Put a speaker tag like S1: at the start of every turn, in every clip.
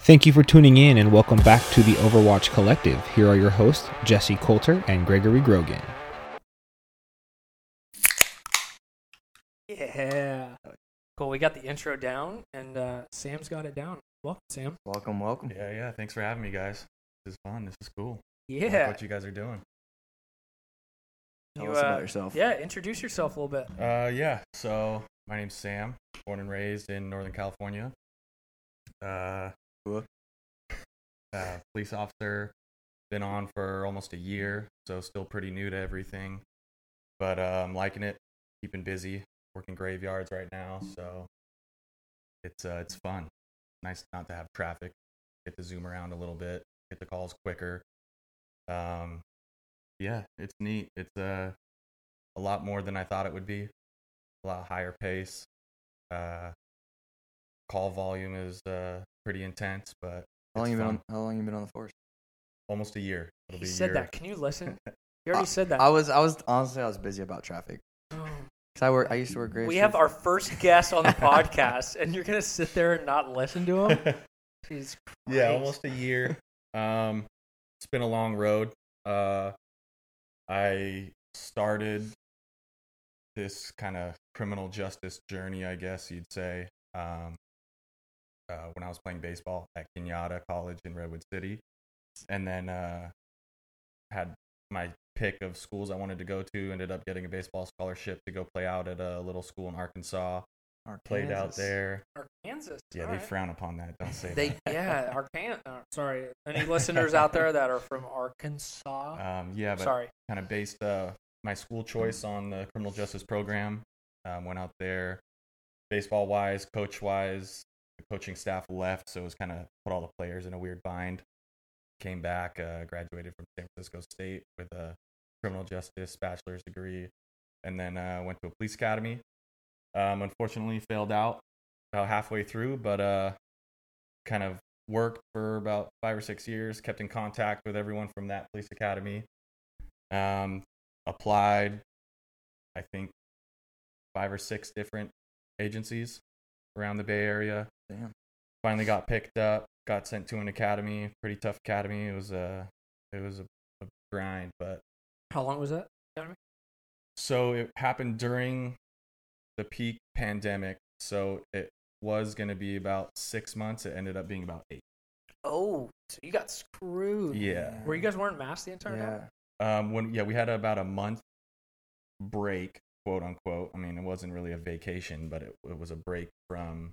S1: Thank you for tuning in and welcome back to the Overwatch Collective. Here are your hosts, Jesse Coulter and Gregory Grogan.
S2: Yeah. Cool. We got the intro down, and uh, Sam's got it down. Welcome, Sam.
S3: Welcome, welcome.
S4: Yeah, yeah. Thanks for having me, guys. This is fun. This is cool. I like
S2: Yeah.
S4: what you guys are doing.
S3: Tell
S2: You,
S3: us
S2: uh,
S3: about yourself.
S2: Yeah. Introduce yourself a little bit.
S4: Uh, yeah. So my name's Sam. Born and raised in Northern California. Uh,
S3: Cool.
S4: uh, police officer. Been on for almost a year, so still pretty new to everything. But uh, I'm liking it. Keeping busy. Working graveyards right now, so it's uh, it's fun. Nice not to have traffic. Get to zoom around a little bit. Get the calls quicker. Um, yeah, it's neat. It's uh, a lot more than I thought it would be. A lot higher pace. Uh, call volume is uh, pretty intense, but
S3: How long
S4: it's
S3: you been
S4: fun.
S3: on? How long you been on the force?
S4: almost a year. It'll
S2: He
S4: be Uh, a
S2: said
S4: year.
S2: that. Can you listen? You already said that.
S3: I was, I was honestly, I was busy about traffic.
S2: Oh.
S3: Cause I work, I used to work great.
S2: we have our first guest on the podcast, and you're gonna sit there and not listen to him. Jeez
S4: yeah,
S2: Christ.
S4: almost a year. Um, it's been a long road. Uh, I started this kind of criminal justice journey, I guess you'd say, um, uh, when I was playing baseball at Kenyatta College in Redwood City, and then uh, had my pick of schools I wanted to go to. Ended up getting a baseball scholarship to go play out at a little school in Arkansas. Played out there.
S2: Arkansas.
S4: Yeah, they
S2: Alright.
S4: frown upon that. Don't say
S2: They
S4: that.
S2: yeah, Arkansas. sorry, any listeners out there that are from Arkansas?
S4: Um, yeah, but
S2: sorry.
S4: kind of based uh, my school choice on the criminal justice program. Um, went out there, baseball wise, coach wise. The coaching staff left, so it was kind of put all the players in a weird bind. Came back, uh, graduated from San Francisco State with a criminal justice bachelor's degree, and then uh, went to a police academy. Um, unfortunately, failed out about halfway through, but uh, kind of worked for about five or six years. Kept in contact with everyone from that police academy um, applied i think five or six different agencies around the bay area
S3: Damn.
S4: finally got picked up got sent to an academy pretty tough academy it was a it was a, a grind but
S2: How long was that?
S4: so it happened during the peak pandemic so it was going to be about six months it ended up being about eight
S2: Oh, so you got screwed.
S4: yeah
S2: Were you guys wearing masks the entire time?
S3: Yeah.
S4: um when yeah we had about a month break quote unquote i mean it wasn't really a vacation but it, it was a break from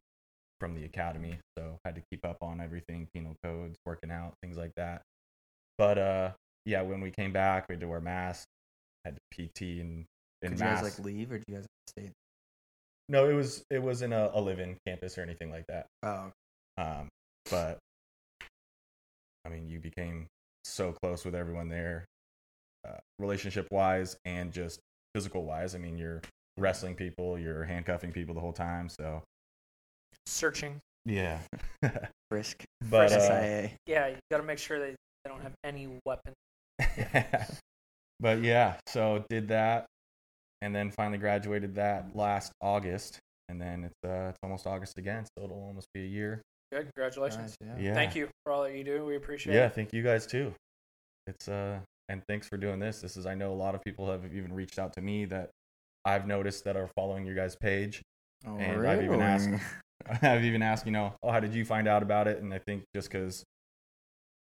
S4: from the academy so had to keep up on everything penal codes working out things like that but uh yeah when we came back we had to wear masks had to pt and in
S3: Could you guys
S4: masks.
S3: like leave or do you guys stay?
S4: no it was it wasn't a, a live-in campus or anything like that
S3: Oh,
S4: um, but I mean, you became so close with everyone there, uh, relationship wise and just physical wise. I mean, you're wrestling people, you're handcuffing people the whole time. So
S2: Searching.
S4: yeah,
S3: risk.
S4: but uh,
S3: SIA.
S2: Yeah, you got to make sure that they don't have any weapons.
S4: but yeah, so did that, and then finally graduated that last August. And then it's uh, it's almost August again, so it'll almost be a year.
S2: Good, congratulations.
S3: Nice, yeah.
S4: Yeah.
S2: Thank you for all that you do. We appreciate
S4: yeah
S2: it.
S4: thank you guys too it's uh and thanks for doing this this is i know a lot of people have even reached out to me that i've noticed that are following your guys page
S3: Oh,
S4: And I've even asked-
S3: really?
S4: i've even asked you know oh how did you find out about it and i think just because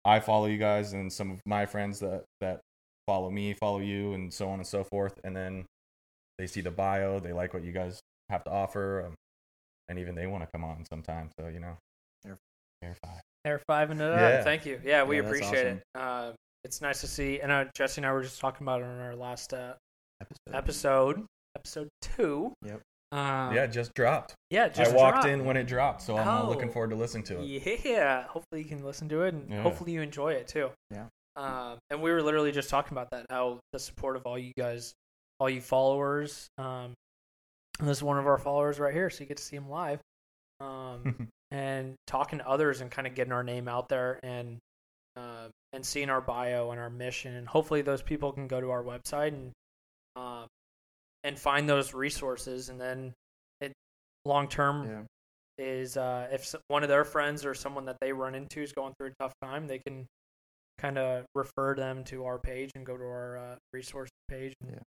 S4: i follow you guys and some of my friends that that follow me follow you and so on and so forth and then they see the bio they like what you guys have to offer um, and even they want to come on sometime so you know
S3: They're-
S4: They're fine.
S2: They're five and it
S4: Yeah.
S2: up. Thank you. Yeah, we
S3: Yeah, that's
S2: appreciate it. Um, it's nice to see. And uh, Jesse and I were just talking about it on our last uh, episode, episode two.
S3: Yep.
S2: Um,
S4: yeah it just dropped
S2: yeah. Just
S4: I walked
S2: dropped.
S4: in when it dropped, so I'm uh, looking
S2: Oh.
S4: forward to listening to it.
S2: Yeah. Hopefully you can listen to it, and
S4: Yeah.
S2: hopefully you enjoy it too.
S3: Yeah.
S2: Um, and we were literally just talking about that, how the support of all you guys, all you followers. Um, and this is one of our followers right here, so you get to see him live. Um, and talking to others and kind of getting our name out there and uh, and seeing our bio and our mission and hopefully those people can go to our website and um, and find those resources and then it long term
S3: Yeah.
S2: is uh, if s- one of their friends or someone that they run into is going through a tough time, they can kind of refer them to our page and go to our uh, resource page and
S3: Yeah.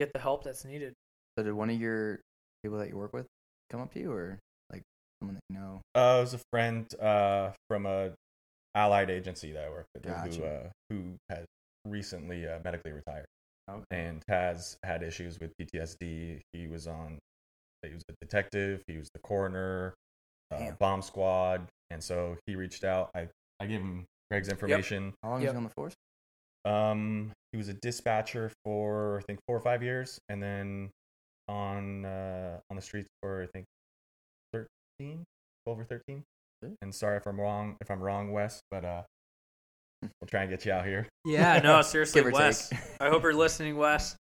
S2: get the help that's needed.
S3: So did one of your people that you work with come up to you, or like someone that you know?
S4: Uh, it was a friend uh, from a allied agency that I work with who
S3: Gotcha.
S4: uh, who has recently uh, medically retired
S3: Okay.
S4: and has had issues with PTSD. He was on, he was a detective, he was the coroner, uh,
S3: Damn.
S4: bomb squad, and so he reached out. I I gave him Greg's information.
S3: How long
S2: Yep.
S3: is he on the force?
S4: Um, he was a dispatcher for I think four or five years, and then on uh, on the streets for I think 13, 12 or thirteen.
S3: Really?
S4: And sorry if I'm wrong, if I'm wrong, Wes, but uh,
S3: Hmm.
S4: we'll try and get you out here.
S2: Yeah, no, seriously,
S3: Give or
S2: Wes.
S3: take.
S2: I hope you're listening, Wes.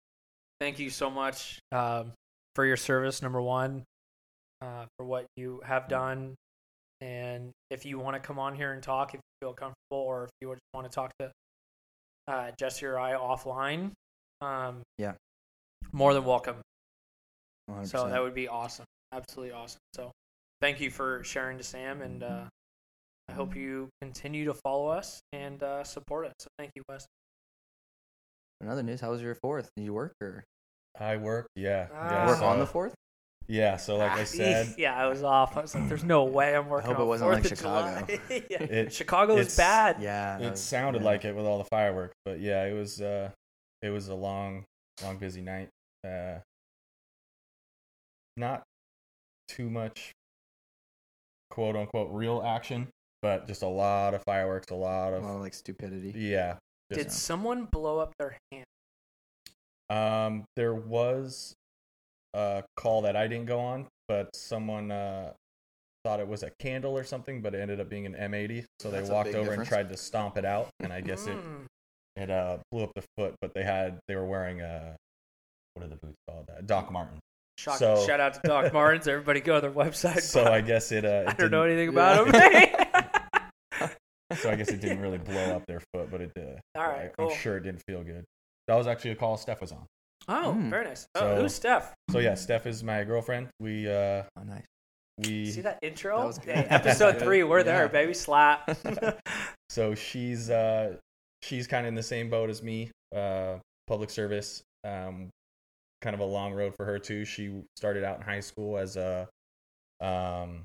S2: Thank you so much um, for your service, number one, uh, for what you have done. And if you want to come on here and talk, if you feel comfortable, or if you just want to talk to uh, Jesse or I offline, um,
S3: Yeah.
S2: more than welcome.
S3: 100%.
S2: So that would be awesome, absolutely awesome. So thank you for sharing to Sam, and uh, I hope you continue to follow us and uh, support us. So thank you, Wes.
S3: Another news. How was your fourth? Did you work or
S4: I work, yeah,
S2: Ah.
S4: yeah.
S3: work
S4: so,
S3: on the fourth?
S4: yeah, so like I
S2: Ah,
S4: said,
S2: eek. yeah, I was off. I was like, "There's no way I'm working."
S3: hope it
S2: on
S3: wasn't like
S2: 4th of
S3: Chicago.
S2: July. Yeah.
S4: it
S2: Chicago is
S4: it's-
S2: bad.
S3: Yeah. that
S4: it
S3: was-
S4: sounded
S3: yeah.
S4: like it with all the fireworks, but yeah, it was uh, it was a long, long busy night. Uh, not too much quote unquote real action, but just a lot of fireworks, a lot
S3: a
S4: of
S3: lot of like stupidity.
S4: yeah.
S2: Did
S4: Just,
S2: someone blow up their hand?
S4: um, there was a call that I didn't go on, but someone uh thought it was a candle or something, but it ended up being an M80. So they
S3: That's a
S4: walked
S3: big
S4: over and
S3: difference. Hmm.
S4: tried to stomp it out, and I guess it
S2: Mm.
S4: it uh blew up the foot, but they had they were wearing uh what are the boots called? Uh, Doc Martin.
S2: Shocking.
S4: so-
S2: Shout out to Doc Martens. Everybody go to their website.
S4: So
S2: but
S4: I guess it uh it
S2: I don't know
S4: didn't-
S2: anything about them.
S4: so I guess it didn't really blow up their foot, but it did.
S2: All right,
S4: I-
S2: cool.
S4: I'm sure it didn't feel good. That was actually a call Steph was on.
S2: Oh,
S3: Mm.
S2: very nice. Oh,
S4: So-
S2: who's Steph?
S4: So yeah, Steph is my girlfriend. We uh
S3: Oh, nice.
S4: we
S2: See that intro?
S3: That was
S2: Yeah,
S3: good.
S2: episode three, we're there,
S3: Yeah.
S2: baby. Slap.
S4: uh, so she's uh she's kind of in the same boat as me uh public service um kind of a long road for her too she started out in high school as a um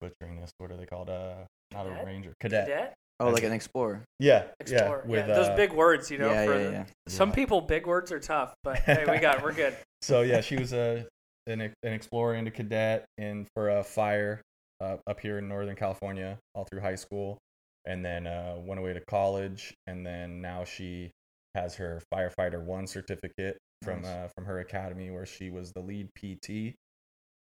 S4: butchering this what are they called uh not
S2: Cadet?
S4: a ranger cadet,
S2: Cadet?
S3: Oh, like
S4: That's-
S3: an explorer.
S4: yeah
S2: Explorer.
S4: yeah with
S2: yeah, those
S4: uh,
S2: big words, you know.
S3: yeah,
S2: for
S3: yeah,
S2: the-
S3: yeah.
S2: Some
S4: Yeah.
S2: people, big words are tough, but hey, we got, we're good.
S4: so yeah she was a an, ex- an explorer and a cadet and for a fire uh, up here in northern california all through high school and then uh, went away to college and then now she has her firefighter one certificate from
S3: Nice.
S4: uh, from her academy where she was the lead pt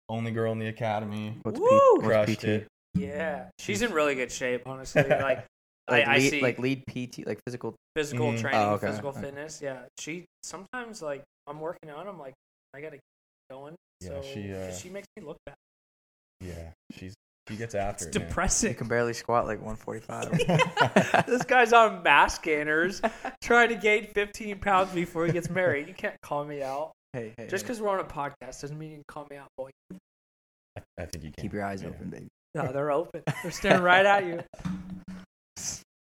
S4: only girl in the academy
S3: What's
S2: Woo!
S3: P- what's
S4: crushed
S3: PT?
S4: it
S2: Yeah, she's in really good shape, honestly. Like, I,
S3: Like
S2: I
S3: lead,
S2: see
S3: like lead PT, like physical.
S2: physical
S4: Mhm.
S2: training,
S3: Oh, okay.
S2: physical
S3: Okay.
S2: fitness. Yeah, she sometimes like I'm working out, I'm like I gotta keep going.
S4: Yeah,
S2: so
S4: she, uh,
S2: she makes me look bad.
S4: yeah she's she gets after
S2: It's
S4: it man.
S3: You
S2: depressing.
S3: can barely squat like 145.
S2: this guy's on mass gainers trying to gain 15 pounds before he gets married. You can't call me out.
S3: hey, hey.
S2: Just
S3: hey.
S2: because we're on a podcast doesn't mean you can call me out, boy.
S4: I- I think you can.
S3: keep your eyes
S4: Yeah.
S3: open, baby.
S2: No, they're open. They're staring right at you.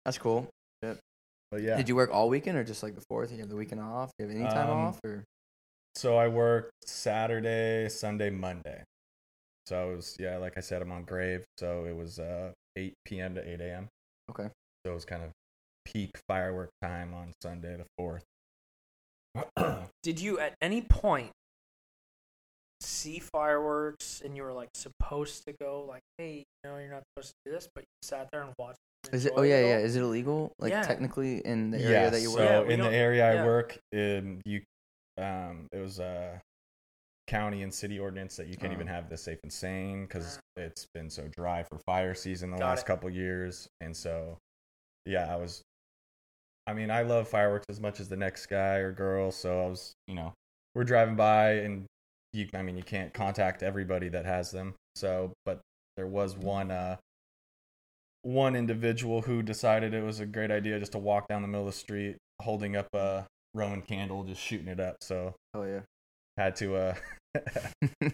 S3: That's cool.
S4: but yeah
S3: Did you work all weekend or just like the fourth? You have the weekend off. You have any time
S4: Um,
S3: off or
S4: So I worked Saturday, Sunday, Monday. So I was yeah, like I said, I'm on grave. So it was uh 8 p.m. to 8 a.m.
S3: Okay.
S4: So it was kind of peak firework time on Sunday the fourth. I
S2: Did you at any point see fireworks and you were like supposed to go like, hey, you know, you're not supposed to do this, but you sat there and watched? and
S3: is it?
S2: enjoyed
S3: Oh yeah,
S2: all?
S3: yeah. Is it illegal? Like
S2: Yeah.
S3: technically in the area that you work.
S2: Yeah,
S4: So
S2: we
S4: in the
S2: don't-
S4: area
S2: yeah.
S4: I work, um, you, um, it was a county and city ordinance that you can't
S3: Oh.
S4: even have this safe and sane because
S2: Uh.
S4: it's been so dry for fire season the
S2: Got
S4: last
S2: it.
S4: couple years, and so yeah, I was. I mean, I love fireworks as much as the next guy or girl, so I was, you know, we're driving by and you, I mean, you can't contact everybody that has them, so but there was
S2: Mm-hmm.
S4: one uh one individual who decided it was a great idea just to walk down the middle of the street holding up a
S2: Mm-hmm.
S4: roman candle just shooting it up so
S3: Oh yeah.
S4: had to uh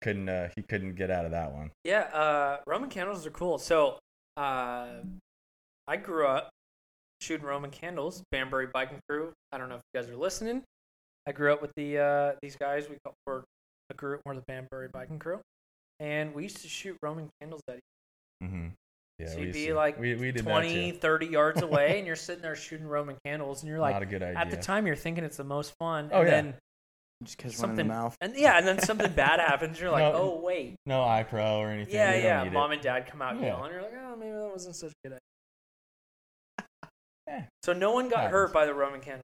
S4: couldn't uh, he couldn't get out of that one.
S2: Yeah, uh, Roman candles are cool. So, uh, I grew up shooting Roman candles, Banbury Biking Crew. I don't know if you guys are listening. I grew up with the uh, these guys. We call- were a group, we're the Banbury Biking Crew, and we used to shoot Roman candles at
S4: Mm-hmm. Yeah,
S2: So
S4: we
S2: you'd
S4: used
S2: be
S4: to-
S2: like
S4: we, we did
S2: 20,
S4: that
S2: 30 yards away, and you're sitting there shooting Roman candles, and you're
S4: too.
S2: like,
S4: Not a good idea.
S2: at the time, you're thinking it's the most fun.
S4: Oh,
S2: and
S4: yeah.
S2: Then,
S3: Just because one in the
S2: Something-
S3: mouth.
S2: and yeah, and then something bad happens. You're like,
S4: No.
S2: oh wait,
S4: no iPro or anything.
S2: yeah,
S4: we don't
S2: yeah.
S4: need it.
S2: Mom and dad come out
S4: Yeah.
S2: yelling. You're like, oh, maybe that wasn't such a good idea.
S4: Yeah.
S2: So no one got
S4: Happens.
S2: hurt by the Roman candle.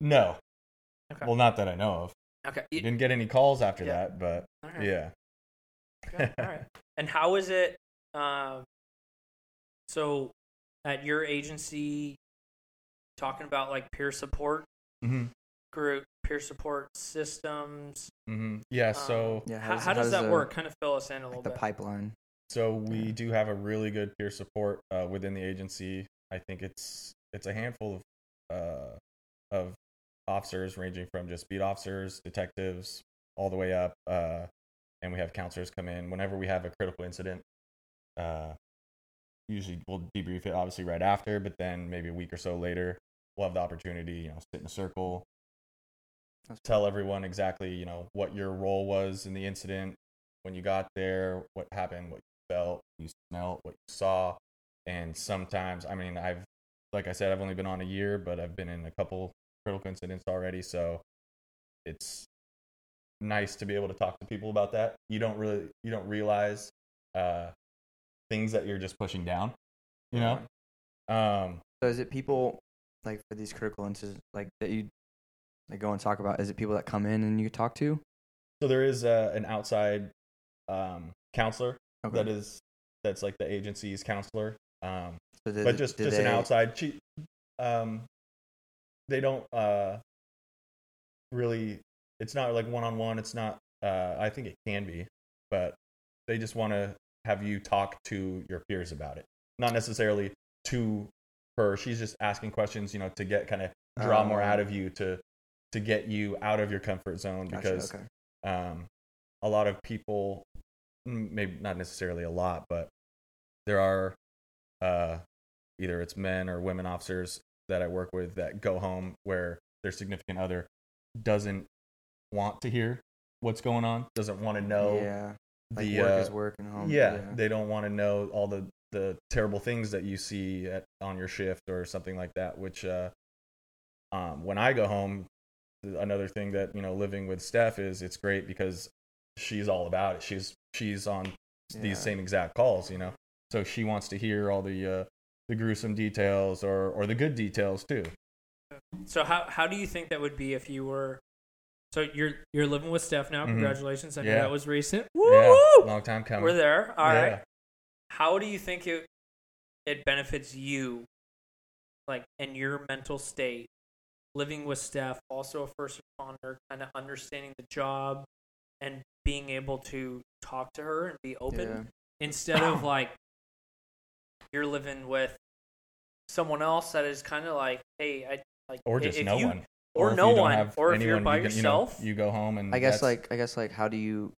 S4: No.
S2: Okay.
S4: Well, not that I know of.
S2: Okay.
S4: We didn't get any calls after
S2: Yeah.
S4: that, but
S2: All right.
S4: yeah.
S2: Okay, all right. And how is it? Um, so, at your agency, talking about like peer support
S4: Mm-hmm.
S2: group, peer support systems.
S4: Mm-hmm. Yeah.
S2: um,
S4: So
S3: Yeah,
S2: how, how,
S3: how
S2: does,
S3: does- how does
S2: that
S3: the-
S2: work? Kind of fill us in a little
S3: Like the
S2: bit.
S3: pipeline.
S4: So we
S3: Yeah.
S4: do have a really good peer support uh, within the agency. I think it's it's a handful of uh, of officers ranging from just beat officers, detectives, all the way up, uh, and we have counselors come in whenever we have a critical incident. Uh, usually we'll debrief it obviously right after, but then maybe a week or so later we'll have the opportunity, you know, sit in a circle,
S3: That's
S4: tell everyone exactly you know what your role was in the incident when you got there what happened what you felt what you smelled what you saw and sometimes i mean i've like i said i've only been on a year but i've been in a couple critical incidents already so it's nice to be able to talk to people about that you don't really you don't realize uh things that you're just pushing down you know um
S3: So is it people like for these critical incidents like that you like go and talk about? Is it people that come in and you talk to?
S4: so there is uh, an outside um counselor
S3: Okay.
S4: that is that's like the agency's counselor um
S3: So do-
S4: but just
S3: do
S4: just an
S3: they-
S4: outside she um they don't uh really it's not like one-on-one it's not uh i think it can be but they just want to have you talk to your peers about it not necessarily to her she's just asking questions you know to get kind of draw more
S3: Um,
S4: out of you to to get you out of your comfort zone
S3: gotcha,
S4: because
S3: okay.
S4: um, a lot of people mm, maybe not necessarily a lot but there are uh, either it's men or women officers that i work with that go home where their significant other doesn't want to hear what's going on doesn't want to know
S3: yeah, like
S4: the
S3: work
S4: uh,
S3: is work and home.
S4: yeah, they don't want to know all the the terrible things that you see at, on your shift or something like that. Which, uh, um, when I go home, th- another thing that you know, living with Steph is it's great because she's all about it. She's she's on
S3: Yeah.
S4: these same exact calls, you know. So she wants to hear all the uh, the gruesome details or or the good details too.
S2: So how how do you think that would be if you were? So you're you're living with Steph now.
S4: Mhm.
S2: Congratulations! I know
S4: Yeah.
S2: that was recent.
S4: Yeah,
S2: Woo!
S4: long time coming.
S2: We're there. All right.
S4: Yeah.
S2: How do you think it it benefits you, like, and your mental state, living with Steph, also a first responder, kind of understanding the job, and being able to talk to her and be open
S4: Mm,
S3: Yeah.
S2: instead of like you're living with someone else that is kind of like, hey, I like
S4: Or just
S2: if
S4: no
S2: you-
S4: one.
S2: or,
S4: if
S2: no
S4: you don't
S2: one,
S4: have
S2: or if you're
S4: anyone,
S2: by
S4: you can- you know,
S2: yourself.
S4: you, go home and
S3: I guess
S4: that's-
S3: like I guess like how do you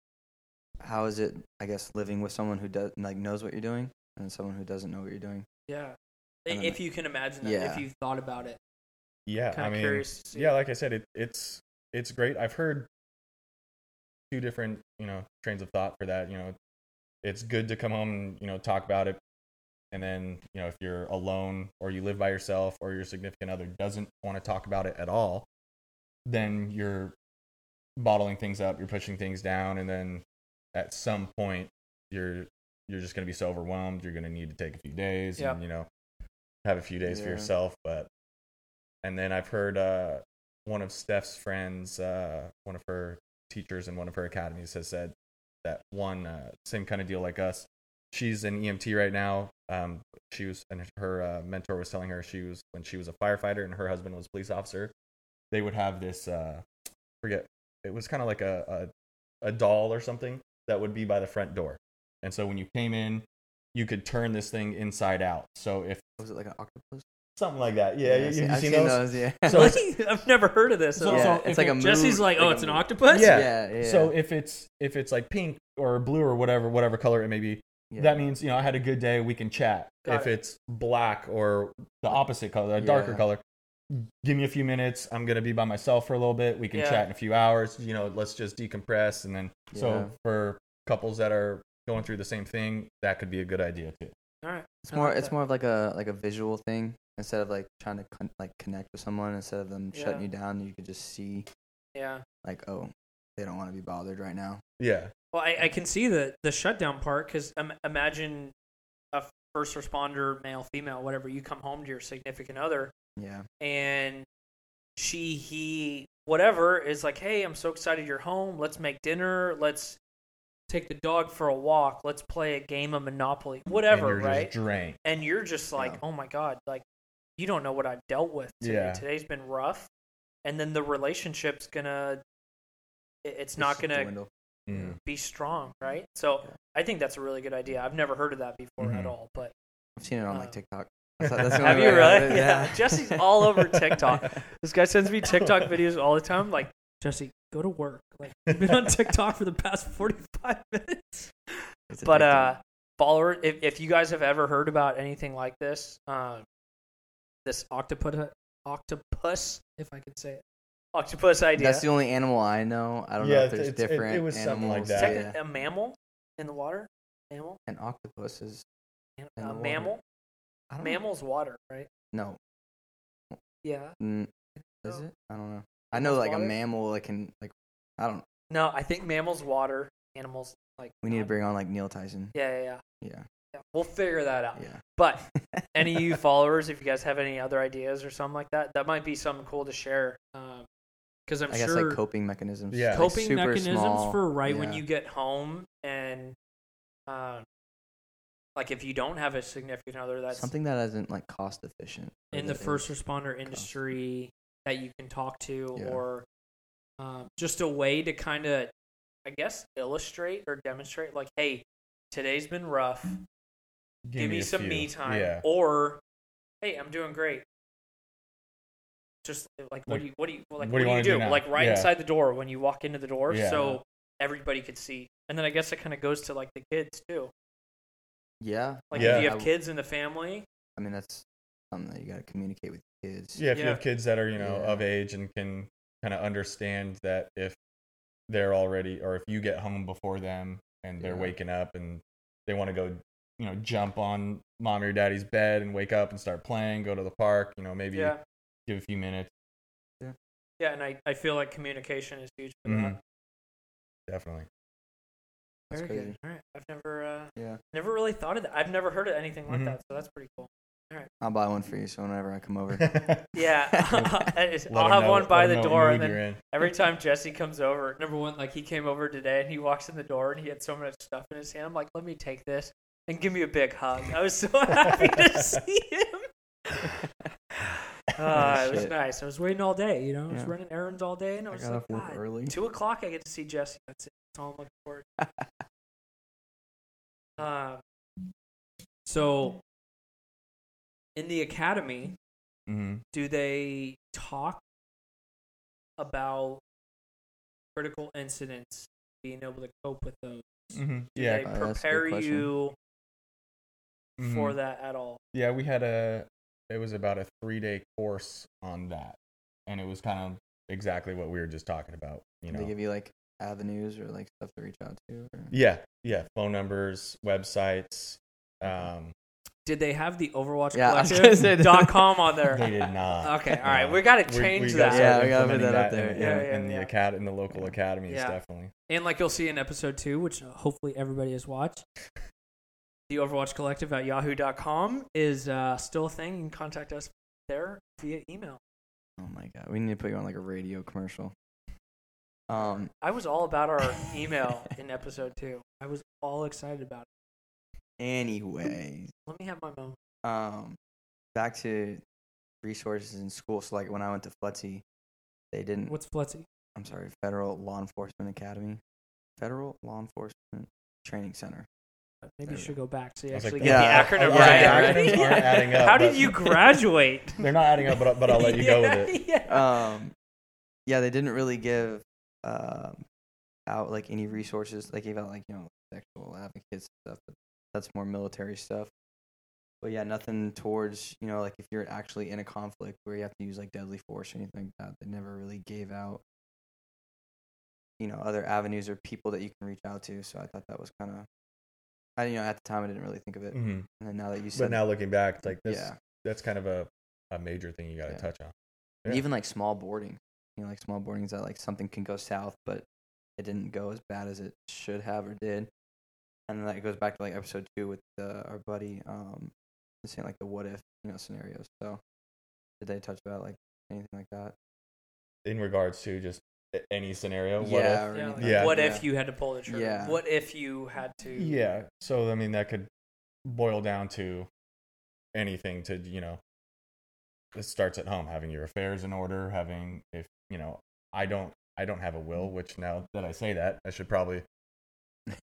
S3: how is it I guess living with someone who does like knows what you're doing and someone who doesn't know what you're doing.
S2: yeah,
S3: I don't
S2: if you can imagine that,
S3: Yeah.
S2: if you've thought about it,
S4: yeah,
S2: kind
S4: I
S2: of
S4: mean,
S2: curious. To see.
S4: yeah like i said it, it's it's great i've heard two different you know trains of thought for that you know it's good to come home and you know talk about it and then you know if you're alone or you live by yourself or your significant other doesn't want to talk about it at all then you're bottling things up you're pushing things down and then at some point you're you're just going to be so overwhelmed you're going to need to take a few days
S2: Yeah.
S4: and you know have a few days for
S3: Yeah.
S4: yourself but and then i've heard uh one of steph's friends uh one of her teachers in one of her academies has said that one uh, same kind of deal like us she's an emt right now um she was and her uh, mentor was telling her she was when she was a firefighter and her husband was a police officer they would have this uh forget it was kind of like a, a a doll or something that would be by the front door and so when you came in you could turn this thing inside out so if
S3: Was it like an octopus?
S4: something like that. Yeah, you,
S3: see-
S4: have
S3: I've
S4: seen, those?
S3: Yeah.
S4: So it's-
S2: I've never heard of this. at
S4: So-
S2: all.
S4: so
S3: yeah,
S4: if
S3: it's like
S4: it-
S3: a moon-
S2: Jesse's like, oh,
S3: a
S2: it's an
S3: moon."
S2: octopus.
S4: Yeah.
S3: Yeah, yeah.
S4: So if it's if it's like pink or blue or whatever whatever color it may be,
S3: yeah.
S4: that means you know I had a good day. We can chat.
S2: Got
S4: if
S2: it.
S4: it's black or the opposite color, a darker
S3: Yeah.
S4: color, give me a few minutes. I'm gonna be by myself for a little bit. We can
S2: Yeah.
S4: chat in a few hours. You know, let's just decompress. And then
S3: Yeah.
S4: so for couples that are going through the same thing, that could be a good idea too.
S2: All right.
S3: it's
S2: I
S3: more
S2: like
S3: it's
S2: that.
S3: more of like a like a visual thing instead of like trying to con- like connect with someone instead of them shutting
S2: Yeah.
S3: you down. You could just see
S2: Yeah.
S3: like oh they don't want to be bothered right now.
S4: Yeah.
S2: Well, I, I can see the the shutdown part because um, imagine a first responder, male, female, whatever. You come home to your significant other,
S3: Yeah,
S2: and she, he, whatever is like, hey, I'm so excited you're home. Let's make dinner. Let's take the dog for a walk. Let's play a game of Monopoly. Whatever,
S4: and you're
S2: right?
S4: Just drained.
S2: and you're just like,
S3: Yeah.
S2: oh my god, like you don't know what I've dealt with today.
S4: Yeah.
S2: Today's been rough, and then the relationship's gonna, it- it's, not
S3: Just
S2: gonna
S3: dwindle.
S4: Mm.
S2: be strong, right? So
S3: Yeah.
S2: I think that's a really good idea. I've never heard of that before at
S4: Mhm.
S2: all, but
S3: I've seen it on like
S2: Uh,
S3: TikTok. That's, that's the
S2: have
S3: only
S2: you
S3: way I
S2: really?
S3: know it,
S2: Yeah. Jesse's all over TikTok. This guy sends me TikTok videos all the time. Like Jesse, go to work. Like you've been on TikTok for the past forty five minutes.
S3: It's
S2: but uh
S3: addicting.
S2: follower if, if you guys have ever heard about anything like this um this octopus octopus if i could say it octopus idea
S3: that's the only animal I know. I don't
S4: Yeah,
S3: know if there's
S4: it's- it- it
S3: different
S4: was something
S3: animals.
S4: like
S2: is
S4: that,
S2: that
S3: Yeah.
S2: a mammal in the water mammal
S3: An octopus is
S2: An-
S3: In
S2: a
S3: the water.
S2: mammal
S3: I don't
S2: mammal's water right
S3: No,
S2: yeah
S3: Mm, is
S2: No.
S3: it? I don't know. I know like a
S2: Oh. water?
S3: mammal that can like I don't.
S2: no i think mammals water animals like
S3: We need to
S2: not.
S3: bring on like Neil Tyson.
S2: yeah, yeah yeah
S3: Yeah,
S2: yeah we'll figure that out
S3: yeah.
S2: but any of you followers if you guys have any other ideas or something like that that might be something cool to share because i'm
S3: I guess
S2: sure
S3: like coping mechanisms.
S4: Yeah.
S3: like,
S2: coping
S3: super
S2: mechanisms
S3: small.
S2: for right when
S3: Yeah.
S2: you get home and um, like if you don't have a significant other that's
S3: something that isn't like cost efficient or
S2: in the
S3: that
S2: first
S3: is-
S2: responder industry that you can talk to
S3: Yeah.
S2: or um, just a way to kind of i guess illustrate or demonstrate like hey today's been rough give, me,
S4: a
S2: some
S4: few.
S2: me time
S4: Yeah.
S2: or hey i'm doing great just like what
S4: Like,
S2: do you what do you well, like
S4: what do you wanna do
S2: do,
S4: now?
S2: like right
S4: Yeah.
S2: inside the door when you walk into the door
S4: Yeah.
S2: so everybody could see and then i guess it kind of goes to like the kids too
S3: yeah
S2: like
S4: Yeah.
S2: if you
S3: I
S2: have
S3: w-
S2: kids in the family
S3: i mean that's something that you got to communicate with kids
S4: Yeah, if you
S2: Yeah.
S4: have kids that are, you know,
S3: Yeah.
S4: of age and can kind of understand that if they're already or if you get home before them and they're
S3: Yeah.
S4: waking up and they want to go, you know, jump on mom or daddy's bed and wake up and start playing, go to the park, you know, maybe
S2: yeah
S4: give a few minutes.
S2: yeah and i, I feel like communication is huge for
S4: Mhm.
S2: that
S4: Definitely.
S3: That's
S2: very good
S3: crazy.
S2: all right i've never uh
S3: yeah
S2: never really thought of that i've never heard of anything like
S4: Mhm.
S2: that so that's pretty cool
S3: i'll buy one for you so whenever i come over
S2: yeah
S4: Let
S2: i'll
S4: 'em
S2: have
S4: know-
S2: one by
S4: let 'em
S2: the
S4: know what
S2: door and
S4: mood
S2: then
S4: you're in.
S2: Every time Jesse comes over, number one, like he came over today and he walks in the door and he had so much stuff in his hand. I'm like, let me take this and give me a big hug. I was so happy to see him. Uh, it was
S3: Oh, Shit.
S2: nice. I was waiting all day, you know, I was
S3: Yeah.
S2: running errands all day and I
S3: i
S2: was
S3: got
S2: like,
S3: off work
S2: God,
S3: early
S2: two o'clock I get to see Jesse. That's it. That's all I'm looking forward to. uh, so in the academy,
S4: Mhm.
S2: do they talk about critical incidents being able to cope with those
S4: Mhm.
S2: do
S4: Yeah.
S2: they
S3: Uh, that's a good
S2: prepare
S3: question. Mm-hmm.
S2: you for
S4: Mhm.
S2: that at all
S4: Yeah, we had a it was about a three day course on that. And it was kind of exactly what we were just talking about. You know,
S3: they give you like avenues or like stuff to reach out to or...
S4: Yeah, yeah. Phone numbers, websites. Um,
S2: did they have the overwatch
S3: Yeah, I was gonna say
S2: collective
S3: that.
S2: dot com on there
S4: they did not.
S2: okay all right
S4: No.
S2: we gotta
S4: We- we
S2: change
S4: gotta
S2: that
S4: start
S3: Yeah, we gotta put
S4: implementing
S3: that up
S4: in-
S3: there,
S4: In,
S2: yeah. Yeah,
S4: in
S2: yeah,
S4: the
S2: yeah.
S4: acad, in the local academies,
S2: Yeah.
S4: definitely.
S2: and like you'll see in episode two which uh, hopefully everybody has watched the overwatch collective at yahoo.com is uh, still a thing you can contact us there via email
S3: oh my god we need to put you on like a radio commercial um
S2: i was all about our email in episode two i was all excited about it
S3: anyway
S2: let me have my moment
S3: um back to resources in school so like when i went to FLETC, they didn't
S2: What's Fletzy?
S3: I'm sorry, Federal Law Enforcement Academy, Federal Law Enforcement Training Center.
S2: Uh, Maybe you
S3: There we
S2: should go back so you
S4: I was like,
S2: actually
S3: Yeah,
S2: get the acronym
S3: yeah,
S2: right.
S4: the acronyms aren't adding up,
S2: How did
S4: but-
S2: you graduate?
S4: They're not adding up, but, but I'll let you go with it.
S2: Yeah.
S3: um, yeah, they didn't really give um, out like any resources. They gave out like you know sexual advocates stuff, but that's more military stuff. But yeah, nothing towards you know like if you're actually in a conflict where you have to use like deadly force or anything like that. They never really gave out you know other avenues or people that you can reach out to. So I thought that was kind of I you know at the time I didn't really think of it,
S4: hmm
S3: and then now that you said
S4: But now looking back, like this,
S3: yeah,
S4: that's kind of a, a major thing you got to
S3: Yeah.
S4: touch on.
S3: And
S4: Yeah.
S3: even like small boarding you know like small boardings that like something can go south but it didn't go as bad as it should have or did and then that goes back to like episode two with the, our buddy um saying like the what if you know scenarios so did they touch about like anything like that
S4: In regards to just a- any scenario, what if?
S3: yeah, or
S2: Yeah, like,
S3: anything
S4: Yeah.
S3: like
S2: What
S3: that.
S2: if you had to pull the trigger?
S3: Yeah.
S2: What if you had to?
S4: Yeah. So I mean, that could boil down to anything. To you know, it starts at home, having your affairs in order, having if you know, I don't, I don't have a will.
S2: Mm-hmm.
S4: Which now that I say that, I should probably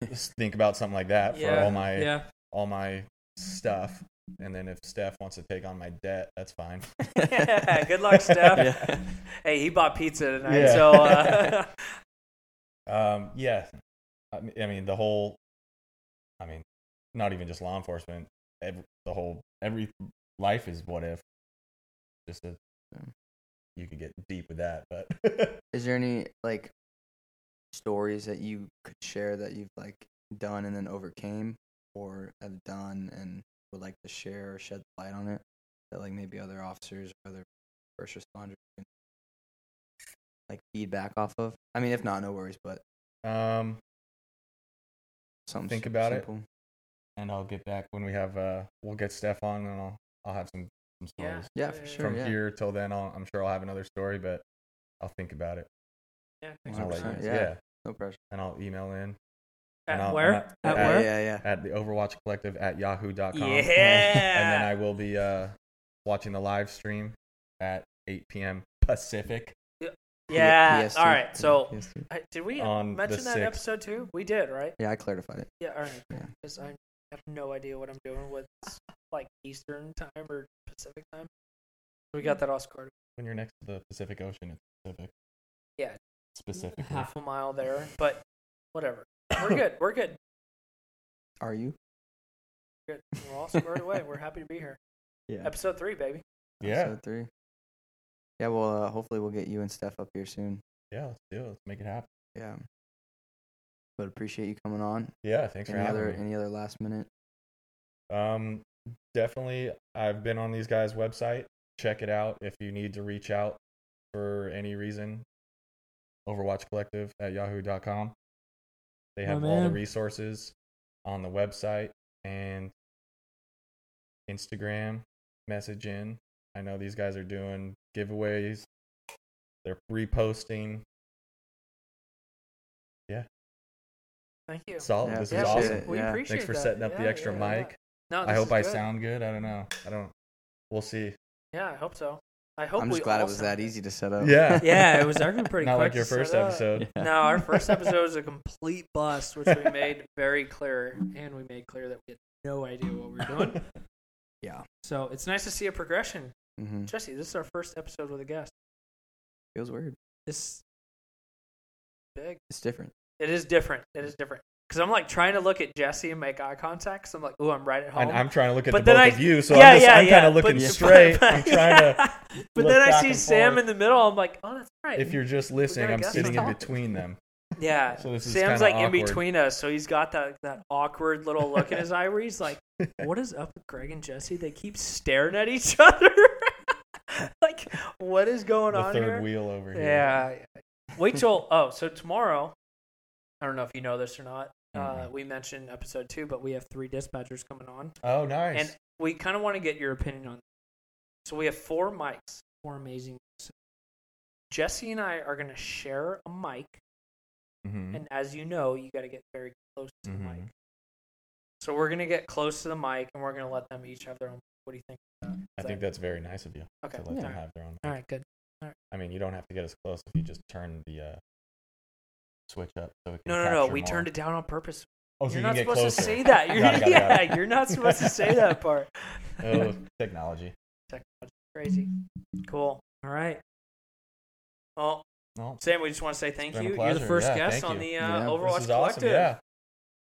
S4: just think about something like that for
S2: Yeah,
S4: all my
S2: Yeah.
S4: all my stuff. And then if Steph wants to take on my debt, that's fine.
S2: Good luck, Steph.
S3: Yeah.
S2: Hey, he bought pizza tonight,
S4: Yeah.
S2: so uh,
S4: Um, yeah, I mean, I mean the whole, I mean, not even just law enforcement. Ev the whole every life is what if. Just a,
S3: Yeah.
S4: you could get deep with that, but
S3: is there any like stories that you could share that you've like done and then overcame or have done and would like to share or shed light on it that like maybe other officers or other first responders can like feedback off of i mean if not no worries but
S4: um,
S3: something
S4: Think
S3: sim-
S4: about it.
S3: simple.
S4: and I'll get back when we have uh, we'll get Steph on, and I'll I'll have some some
S2: yeah.
S4: stories
S3: Yeah, for sure.
S4: from
S3: yeah.
S4: here till then. I'll, I'm sure I'll have another story, but I'll think about it.
S2: Yeah,
S4: and
S2: makes
S4: I'll let you
S3: 100%,
S4: guys-
S2: sense.
S4: yeah.
S3: yeah. no pressure
S4: and I'll email in
S2: At
S4: And I'll-
S2: where?
S4: and I-
S2: At
S4: Yeah,
S2: where?
S3: yeah yeah
S4: at the Overwatch Collective at yahoo.com. and then
S2: Yeah.
S4: I will be uh, watching the live stream at 8 p.m. Pacific.
S2: yeah.
S3: PS2.
S2: All right. So,
S3: PS2.
S2: I- did we
S4: On the
S2: mention that in
S4: sixth.
S2: episode two? We did, right?
S3: yeah i clarified it
S2: Yeah. All right.
S3: Yeah.
S2: Because I have no idea what I'm doing. What's like Eastern time or Pacific time? We got that all scored.
S4: When you're next to the Pacific Ocean, it's Pacific.
S2: Yeah.
S4: Specifically.
S2: Half a mile there, but whatever. We're good. We're good.
S3: are you
S2: Good. We're all squared away. We're happy to be here.
S3: yeah
S2: Episode three, baby.
S4: Yeah.
S3: Episode three yeah well uh, hopefully we'll get you and steph up here soon
S4: Yeah. Let's do it. Let's make it happen.
S3: yeah but appreciate you coming on
S4: Yeah. Thanks for
S3: any
S4: having
S3: other
S4: me.
S3: any other last minute
S4: Um, definitely, I've been on these guys' website. Check it out if you need to reach out for any reason. Overwatch Collective at yahoo.com. They have
S2: My
S4: all the
S2: man.
S4: resources on the website and Instagram message in. I know these guys are doing giveaways, they're reposting.
S2: Thank you.
S4: Solid.
S3: Yeah,
S4: this is
S2: yeah,
S3: appreciate
S4: awesome.
S3: it.
S2: We
S3: Yeah.
S2: appreciate
S4: Thanks for
S2: that.
S4: setting up
S2: Yeah,
S4: the extra
S2: yeah, yeah.
S4: mic.
S2: No,
S4: I
S2: this
S4: hope
S2: is
S4: I
S2: good.
S4: sound good. I don't know. I don't. We'll see.
S2: Yeah, I hope so. I hope.
S3: I'm
S2: we
S3: just glad it
S2: all
S3: was
S2: sound
S3: that
S2: good.
S3: easy to set up.
S4: Yeah.
S2: Yeah, it was actually pretty.
S4: Not
S2: quick
S4: like your
S2: to set
S4: first
S2: up.
S4: episode.
S3: Yeah.
S2: No, our first episode was a complete bust, which we made very clear, and we made clear that we had no idea what we were doing.
S3: Yeah.
S2: So it's nice to see a progression,
S3: hmm
S4: Mm.
S2: Jesse. This is our first episode with a guest.
S3: Feels weird.
S2: This is big.
S3: It's different.
S2: It is different. It is different because I'm like trying to look at Jesse and make eye contact. 'cause I'm like, oh, I'm right at home.
S4: And I'm trying to look at
S2: But
S4: the
S2: then
S4: both
S2: I-
S4: of you, so
S2: yeah,
S4: I'm, just,
S2: yeah,
S4: I'm
S2: yeah.
S4: kind of looking
S2: but,
S4: straight.
S2: But,
S4: I'm trying to.
S2: But
S4: look
S2: then I
S4: back
S2: see
S4: and
S2: Sam
S4: forth.
S2: in the middle. I'm like, oh, that's right.
S4: If you're just listening,
S2: gotta
S4: I'm
S2: guess
S4: sitting in
S2: something.
S4: between them.
S2: Yeah.
S4: So this is
S2: Sam's
S4: kinda
S2: like in
S4: awkward.
S2: between us, so he's got that, that awkward little look in his eye where he's like, What is up with Greg and Jesse? They keep staring at each other. like, what is going
S4: The
S2: on
S4: third
S2: here?
S4: wheel over here.
S2: Yeah. Wait till oh, so tomorrow. I don't know if you know this or not. Uh,
S4: Mm-mm.
S2: we mentioned episode two, but we have three dispatchers coming on,
S4: Oh, nice.
S2: and we kind of want to get your opinion on. So we have four mics, four amazing. mics. Jesse and I are going to share a mic,
S4: Mhm.
S2: and as you know, you got to get very close to the mic.
S4: Mhm.
S2: So we're gonna get close to the mic, and we're gonna let them each have their own. What do you think?
S4: I think that's very nice of you
S2: Okay.
S4: to let
S2: All
S4: them
S2: right.
S4: have their own.
S2: All right. Good.
S4: I mean, you don't have to get as close if you just turn the uh, switch up. So it can
S2: No, no, no.
S4: capture
S2: We
S4: more.
S2: turned it down on purpose.
S4: Oh, so
S2: you're
S4: you
S2: not
S4: can get
S2: supposed
S4: closer.
S2: to say that. You're,
S4: Got it, got it,
S2: yeah,
S4: got it.
S2: you're not supposed to say that part.
S4: Oh, technology.
S2: Technology, crazy, cool. All right. Well,
S4: Well,
S2: Sam, we just want to say thank
S4: been a
S2: you. You're the
S4: pleasure.
S2: first
S4: Yeah,
S2: guest
S4: thank
S2: on
S4: you.
S2: the
S3: Yeah,
S2: uh,
S3: this
S2: Overwatch
S4: this is awesome.
S2: Collective.
S4: Yeah,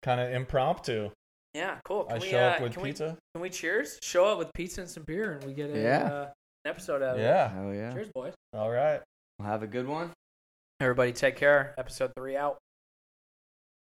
S4: kind of impromptu.
S2: Yeah, cool. Can
S4: I
S2: we
S4: show
S2: uh,
S4: up with
S2: can
S4: pizza.
S2: we can we cheers? Show up with pizza and some beer, and we get a
S3: Yeah.
S2: uh, an episode out of
S4: yeah.
S3: Hell
S2: it.
S3: yeah.
S2: Cheers, boys.
S4: All right.
S3: Well, have a good one.
S2: Everybody, take care. Episode three out.